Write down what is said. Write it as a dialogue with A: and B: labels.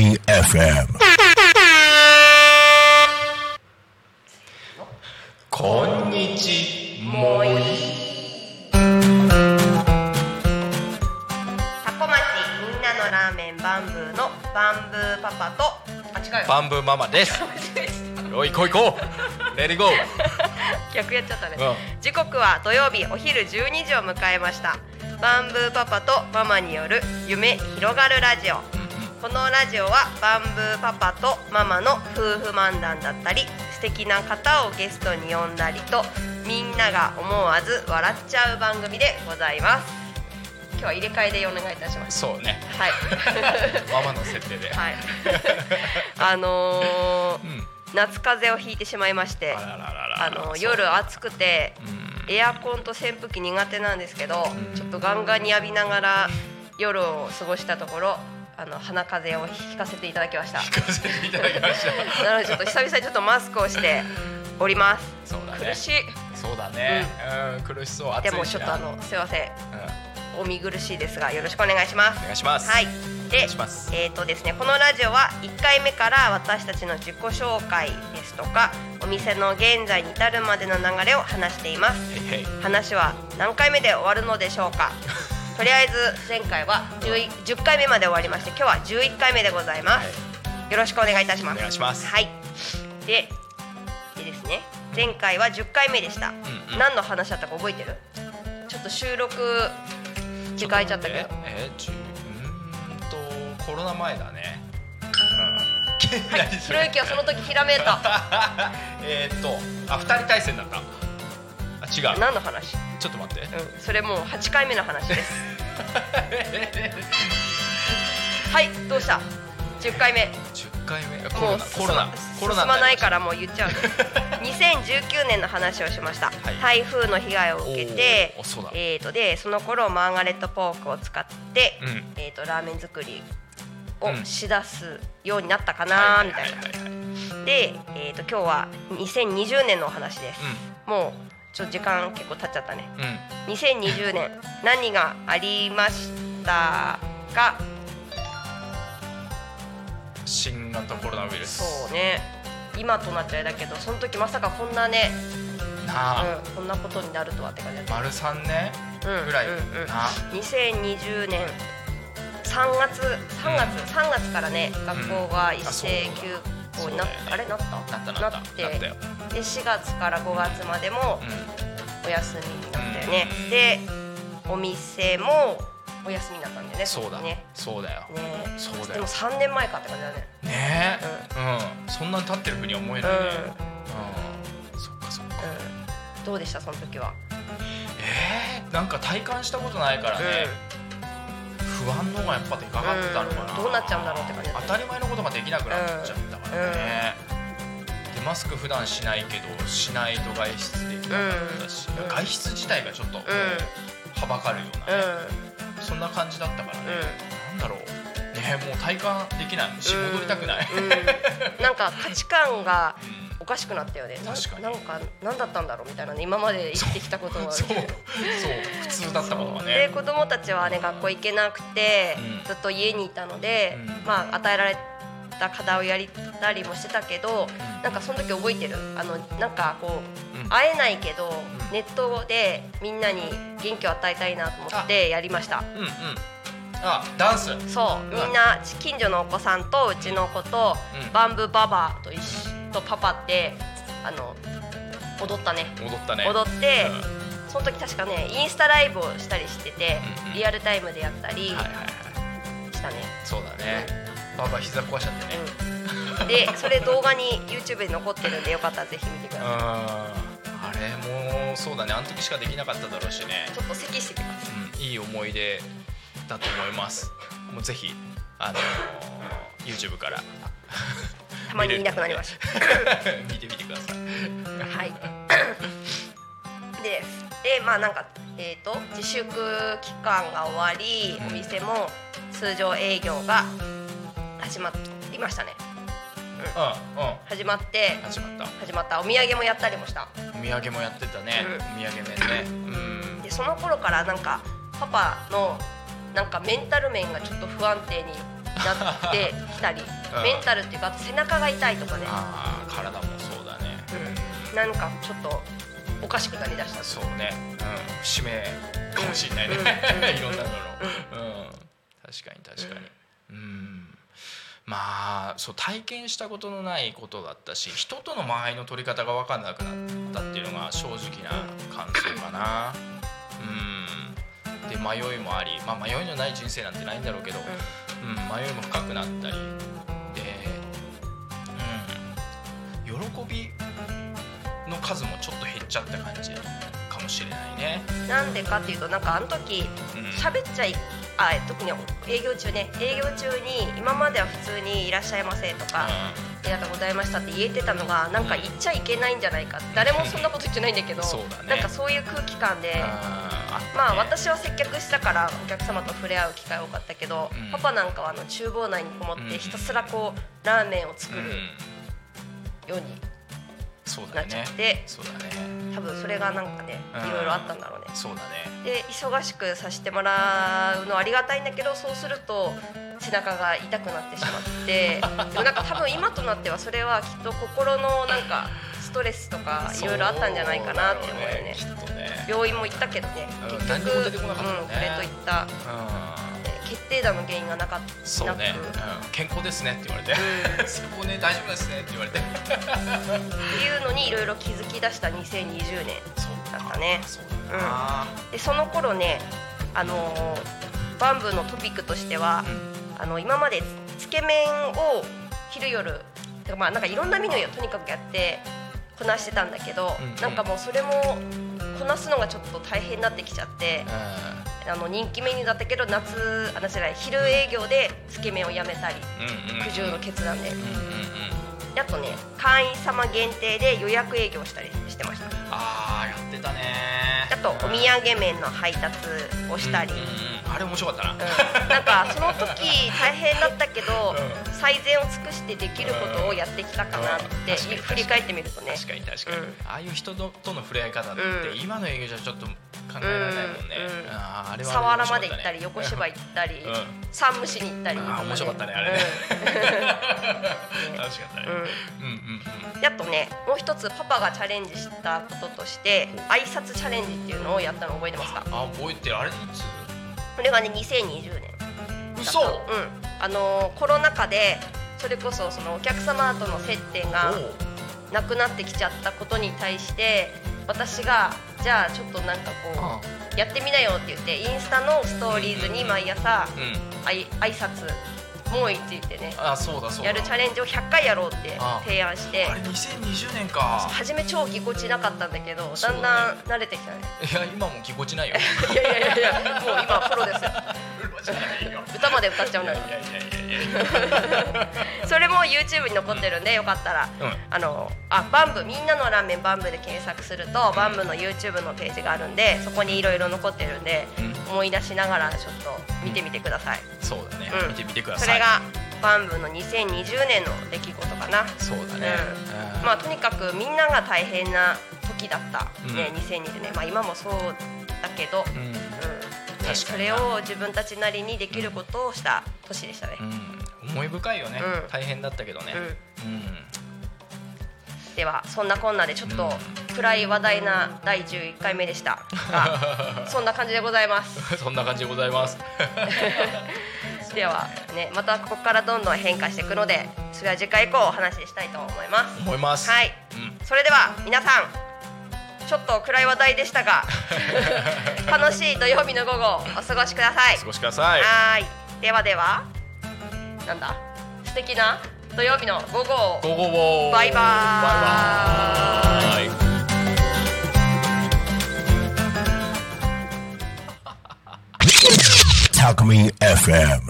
A: FM.
B: こんにちもい
C: タコ町みんなのラーメンバンブーのバンブーパパとあ違うよ
B: バンブーママですよいこいこうレディゴー
C: 逆やっちゃったね、
B: うん
C: 時刻は土曜日お昼12時を迎えましたバンブーパパとママによる夢広がるラジオこのラジオはバンブーパパとママの夫婦漫談だったり素敵な方をゲストに呼んだりとみんなが思わず笑っちゃう番組でございます今日は入れ替えでお願いいたします
B: そうね
C: はい
B: ママの設定で、
C: はい。あのー
B: うん
C: 夏風邪をひいてしまいまして、
B: あらららら
C: あの夜暑くて
B: うん
C: エアコンと扇風機苦手なんですけど
B: う、ん
C: ちょっとガンガンに浴びながら夜を過ごしたところ、あの鼻風邪をひかせていただきました。
B: 聞かせていただきました
C: なのでちょっ と久々にちょっとマスクをしております。
B: そうだね
C: 苦しい。
B: そうだね、うん、苦しそう暑い
C: で
B: しな
C: もちょっとあ
B: うん、
C: のすいません。お見苦しいですがよろしくお願いします
B: お。願いします
C: はい。
B: お願
C: で
B: いします、
C: えーとですね、このラジオは1回目から私たちの自己紹介ですとかお店の現在に至るまでの流れを話しています
B: へいへい
C: 話は何回目で終わるのでしょう かとりあえず前回は 10, 10回目まで終わりまして今日は11回目でございます、よろしくお願いいたします
B: お願いします
C: はいででですね前回は10回目でした、
B: うん
C: 何の話だったか覚えてるちょっと収録時間空いちゃったけど
B: ええじゅうーんとコロナ前だね うんはい
C: ひろゆきはその時ひらめいた
B: えーっとあ二人対戦だったあ違う
C: 何の話
B: ちょっと待って
C: うん、それもう8回目の話です はいどうした10回目
B: 十回目コ
C: も
B: ロ
C: う
B: ナ
C: 進
B: コロナコロナ
C: 進まないかららもう言っちゃう ね2019年の話をしました、
B: い
C: 台風の被害を受けて
B: おーそうだ
C: えー、とでその頃マーガレットポークを使って、
B: うん
C: えー、とラーメン作り
B: うん
C: をしだすようになったかなーみたいな、
B: うん
C: で、えー、と今日は2020年のお話です、もうちょっと時間結構経っちゃったね
B: うん
C: 2020年何がありましたか
B: 新型コロナウイルス
C: そうね今となっちゃあれだけどその時まさかこんなね、
B: なあ
C: うん、こんなことになるとはって感じだった、
B: 丸三年
C: うん、
B: ぐらい
C: うんうん、
B: な
C: 2020年3月3月、三月からね学校が一斉
B: あそう
C: 休
B: だ
C: 校になっ
B: そうだよね
C: あれなった
B: なったなった
C: って
B: なったよ
C: で4月から5月までも
B: うん
C: お休みになったよね、でお店もお休みになったんだよね
B: そうだ
C: ね
B: そうだよ
C: ね
B: そうだよ
C: でも3年前かって感じだね
B: ねえうんそんなに経ってるふうには思え
C: う
B: ないね
C: ん、
B: うんそっかそっか
C: うん、どうでしたその時は
B: えーなんか体感したことないからね不安の方がやっぱでかかってたのかな、
C: うんどうなっちゃうんだろうって感じだった
B: 当たり前のことができなくなっちゃったからね、でマスク普段しないけどしないと外出できなかったし、
C: うん
B: 外出自体がちょっともうはばかるよう
C: うん
B: な
C: うん
B: ね、そんな感じだったからね、なんだろうねもう体感できないし戻りたくない、
C: うん、うんなんか価値観が
B: うん
C: おかしくなったよねな
B: 確かに
C: なんか何だったんだろうみたいなね今まで生きてきたことは
B: そうそう普通だったことが
C: で
B: ね
C: 子供たちはね学校行けなくて、
B: うん
C: ずっと家にいたので、
B: うん
C: まあ与えられた課題をやりたりもしてたけど、
B: ん
C: なんかその時覚えてるあのなんかこう、
B: うん
C: 会えないけど、
B: ん
C: ネットでみんなに元気を与えたいなと思ってやりました
B: うんうんあダンス
C: そうみんな近所のお子さんとうちの子と、
B: うん
C: バンブーババアと一緒とパパってあの踊ったね
B: 踊ったね
C: 踊って、
B: うん
C: その時確かねインスタライブをしたりしてて、
B: うんうん
C: リアルタイムでやったり
B: はいはいはい
C: したね、
B: そうだねババ膝壊しちゃってね
C: うん、でそれ動画に YouTube に残ってるんでよかったらぜひ見てくだ
B: うん
C: さ
B: あれもそうだねあの時しかできなかっただろうしね
C: い、ちょっと咳してきます
B: うんいい思い出だと思いますもうぜひあの YouTube から
C: たまにいなくなりまし
B: 見てみ てください
C: たはいででまあなんかえー、と自粛期間が終わり
B: うん
C: お店も通常営業が始まりましたね
B: うんうん
C: 始まって
B: 始まった
C: 始まったお土産もやったりもした
B: お土産もやってたね
C: うん
B: お土産面ねうん
C: でその頃からなんかパパのなんかメンタル面がちょっと不安定になってきたり
B: うん
C: メンタルっていうか背中が痛いとかね、
B: あー体もそうだね
C: うん、なんかちょっとおかしくなりだした
B: そうね、うん、節目かもしれないね、
C: うんうん
B: いろんなもの、うん、確かに確かにうんまあそう体験したことのないことだったし人との間合いの取り方が分かんなくなったっていうのが正直な感想かなうんで迷いもありまあ迷いのない人生なんてないんだろうけど、うん、迷いも深くなったりで、うん、喜びの数もちょっと減っちゃった感じかもしれないね。
C: なんでかっていうとなんかあの時
B: うん、
C: 喋っちゃいあ特に営業中ね営業中に今までは普通に「いらっしゃいませ」とか「ありがとうございました」って言えてたのがなんか言っちゃいけないんじゃないか誰もそんなこと言ってないんだけ ど
B: そうだね
C: なんかそういう空気感で
B: うん、あったね
C: まあ私は接客したからお客様と触れ合う機会多かったけど、
B: うん
C: パパなんかはあの厨房内にこもってひたすらこうラーメンを作
B: う
C: る
B: ん、
C: ように
B: そう
C: な
B: だ
C: っちゃ
B: ね
C: って、
B: そうだね
C: 多分それがなんかね
B: うん
C: いろいろあったんだろうね。
B: そうだね
C: で忙しくさせてもらうのはありがたいんだけどそうすると背中が痛くなってしまって でもなんか多分今となってはそれはきっと心のなんかストレスとかいろいろあったんじゃないかなって思うよね
B: そうだろうねきっとね
C: 病院も行ったけどね
B: うん
C: 結
B: 何
C: 局
B: にも
C: う
B: 出
C: ん
B: て
C: こ
B: こなかったもんね
C: れといった
B: うん
C: えー決定打の原因がなかった
B: そうね、
C: なく
B: うん、健康ですねって言われて そこね大丈夫ですねって言われて
C: っていうのにいろいろ気づき出した2020年
B: そう
C: だったね
B: そうだな、
C: でその頃ねあのーバンブーのトピックとしては
B: うん
C: あの今までつけ麺を昼夜てかまあなんかいろんなメニューをとにかくやってこなしてたんだけど、
B: うんうん
C: なんかもうそれもこなすのがちょっと大変になってきちゃって、あの人気メニューだったけど夏あ夏じゃない昼営業でつけ麺をやめたり
B: うんうん
C: 苦渋の決断で
B: うんうんうん
C: あとね会員様限定で予約営業したりしてました
B: あーやってたね
C: あとお土産麺の配達をしたり、
B: うんうんうんあれ面白かったな、
C: うんなんかその時大変だったけど、
B: う
C: 最善を尽くしてできることをやってきたかなっ
B: う
C: て
B: ん確かに
C: 振り返ってみるとね
B: 確かに確かに、
C: うん
B: ああいう人ととの触れ合い方って、
C: うん
B: 今の営業じゃちょっと考えられないもんね、
C: うんうん
B: あーあれは
C: 佐原まで
B: 面白か
C: 行ったり横芝
B: っ
C: 居行ったり
B: うん
C: 山武市に行ったり
B: あー面白かったねあれねたね楽しかったね
C: うんう
B: う
C: ん
B: んうんうん
C: であとねもう一つパパがチャレンジしたこととして挨拶チャレンジっていうのをやったの覚えてますか
B: あ覚えてるあれいつ
C: これがね2020年
B: 嘘
C: うんあのーコロナ禍でそれこそそのお客様との接点が
B: おう
C: なくなってきちゃったことに対して私がじゃあちょっとなんかこ
B: あ
C: うやってみなよって言ってインスタのストーリーズに毎朝
B: うん
C: あい挨拶もういついてね
B: あそうだそうだ
C: やるチャレンジを100回やろうって
B: あ
C: 提案して
B: あれ2020年か
C: 初め超ぎこちなかったんだけど
B: そ
C: だ
B: うだね
C: んだん慣れてきたね
B: いや今もぎこちないよ
C: いやいやいやいやもう今はプロですよ
B: ぎこちないよ
C: 歌まで歌っちゃう
B: い
C: の
B: や
C: よ
B: いやいやいやい
C: それも YouTube に残ってるんでよかったら
B: や、うん
C: あのあバンブみんなのラーメンバンブで検索するとバンブの YouTube のページがあるんでそこにいろいろ残ってるんで
B: うん
C: 思い出しながらちょっと見てみてください、
B: そうだね、
C: うん
B: 見てみてくださ
C: そ
B: い
C: れがバンブの2020年の出来事かな
B: そうだね、うん
C: まあとにかくみんなが大変な時だった、ね
B: うん
C: 2020年まあ今もそうだけど、うん
B: うん
C: ね
B: 確かにな
C: それを自分たちなりにできることをした年でしたね、
B: うん、思い深いよね、
C: うん
B: 大変だったけどね、うん
C: ではそんなこんなでちょっと暗い話題な第11回目でしたがそんな感じでございます
B: そんな感じでございます
C: ではねまたここからどんどん変化していくのでそれは次回以降お話ししたいと思います
B: 思います
C: はい
B: うん、
C: それでは皆さんちょっと暗い話題でしたが楽しい土曜日の午後をお過ごしください
B: 過ごしください
C: はーいではではなんだ素敵な土曜日の午後を
B: 午後を
C: バイバーイ
B: バイバイ
A: タクミ FM